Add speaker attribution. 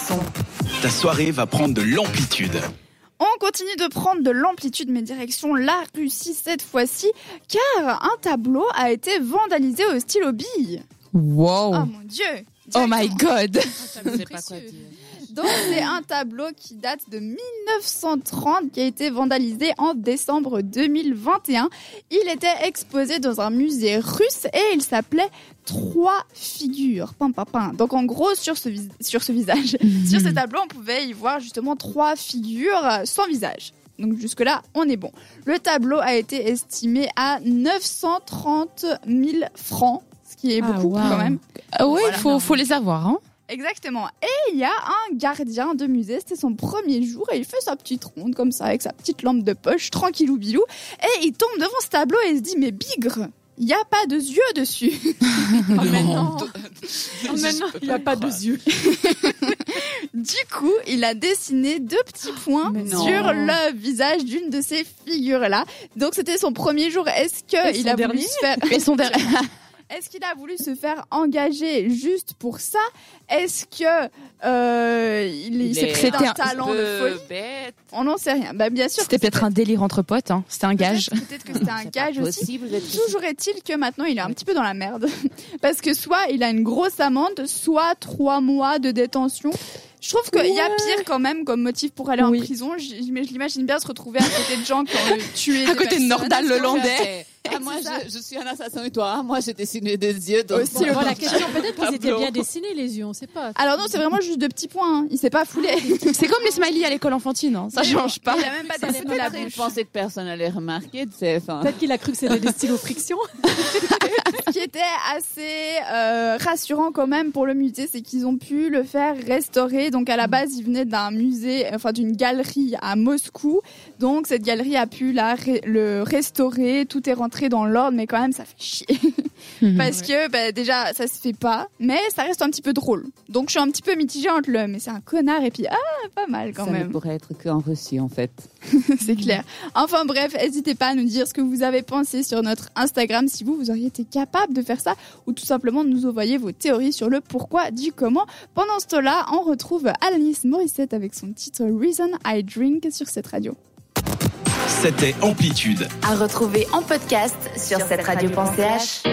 Speaker 1: Vincent. Ta soirée va prendre de l'amplitude.
Speaker 2: On continue de prendre de l'amplitude, mais direction la Russie cette fois-ci, car un tableau a été vandalisé au stylo bille.
Speaker 3: Wow.
Speaker 2: Oh mon dieu
Speaker 3: Oh my
Speaker 2: Directement.
Speaker 3: god.
Speaker 4: Je sais pas quoi
Speaker 2: précieux.
Speaker 4: dire.
Speaker 2: Donc c'est un tableau qui date de 1930 qui a été vandalisé en décembre 2021. Il était exposé dans un musée russe et il s'appelait Trois figures. Pam, pam, pam. Donc en gros sur ce, vis- sur ce visage,
Speaker 3: Mhm.
Speaker 2: sur ce tableau, on pouvait y voir justement trois figures euh, sans visage. Donc jusque-là, on est bon. Le tableau a été estimé à 930 000 francs, ce qui est
Speaker 3: Ah,
Speaker 2: beaucoup
Speaker 3: waouh.
Speaker 2: quand même.
Speaker 3: Ah ouais,
Speaker 2: Voilà.
Speaker 3: faut, faut les avoir. Hein.
Speaker 2: Exactement. Et il y a un gardien de musée, c'était son premier jour, et il fait sa petite ronde comme ça, avec sa petite lampe de poche, tranquillou bilou, et il tombe devant ce tableau et il se dit, mais bigre, il n'y a pas de yeux dessus.
Speaker 4: il a pas de yeux.
Speaker 2: Du coup, il a dessiné deux petits points
Speaker 4: Mais non.
Speaker 2: sur le visage d'une de ces figures-là. Donc c'était son premier jour. Est-ce
Speaker 4: Et
Speaker 2: que il
Speaker 4: son
Speaker 2: a voulu
Speaker 4: dernier
Speaker 2: se faire
Speaker 3: Et son dernier.
Speaker 2: Est-ce qu'il a voulu se faire engager juste pour ça Est-ce que euh, il, il
Speaker 4: Il
Speaker 2: s'est
Speaker 4: est-
Speaker 2: pris
Speaker 3: C'était
Speaker 2: d'un
Speaker 3: un
Speaker 2: talent de
Speaker 5: Euh,
Speaker 2: folie
Speaker 4: bête.
Speaker 2: On n'en sait rien. Bah bien sûr.
Speaker 3: C'était peut-être un délire entre potes. Hein. C'était un gage.
Speaker 2: Peut-être peut-être que c'était un gage aussi.
Speaker 4: aussi.
Speaker 2: Toujours est-il que maintenant il est un petit peu dans la merde. Parce que soit il a une grosse amende, soit trois mois de détention. Je trouve qu'il y a pire quand même comme motif pour aller
Speaker 3: Oui.
Speaker 2: en prison. J- Mais je l'imagine bien se retrouver à côté de gens qui ont tué.
Speaker 3: À
Speaker 2: des
Speaker 3: côté de
Speaker 2: personnes.
Speaker 3: Nordal le Landais.
Speaker 5: Ah, moi, je, je suis un assassin et toi, hein, moi, j'ai dessiné des yeux. Donc...
Speaker 2: Aussi, le
Speaker 6: Voilà, la question, peut-être qu'ils étaient
Speaker 4: Tableau.
Speaker 6: bien dessinés, les yeux, on sait pas.
Speaker 2: Alors non, c'est vraiment juste de petits points. hein. Il s'est pas foulé.
Speaker 3: C'est comme les smileys à l'école enfantine. Hein. Ça change pas.
Speaker 2: Il a même pas
Speaker 5: C'est
Speaker 2: dessiné
Speaker 5: pas
Speaker 2: la
Speaker 5: la bonne
Speaker 2: bouche.
Speaker 5: pensée que personne allait remarquer, tu sais. enfin.
Speaker 6: Peut-être qu'il a cru que c'était des stylos friction.
Speaker 2: Ce qui était assez euh, rassurant quand même pour le musée, c'est qu'ils ont pu le faire restaurer. Donc à la base, il venait d'un musée, enfin d'une galerie à Moscou. Donc cette galerie a pu la ré- le restaurer. Tout est rentré dans l'ordre, mais quand même, ça fait chier. Parce que bah, déjà, ça se fait pas, mais ça reste un petit peu drôle. Donc je suis un petit peu mitigée entre le, mais c'est un connard, et puis ah, pas mal quand
Speaker 5: ça
Speaker 2: même.
Speaker 5: ne pourrait être qu'en Russie, en fait.
Speaker 2: C'est clair. Enfin bref, n'hésitez pas à nous dire ce que vous avez pensé sur notre Instagram si vous, vous auriez été capable de faire ça ou tout simplement de nous envoyer vos théories sur le pourquoi du comment. Pendant ce temps-là, on retrouve Alanis Morissette avec son titre Reason I Drink sur cette radio.
Speaker 1: C'était Amplitude.
Speaker 7: À retrouver en podcast sur cette radio.ch.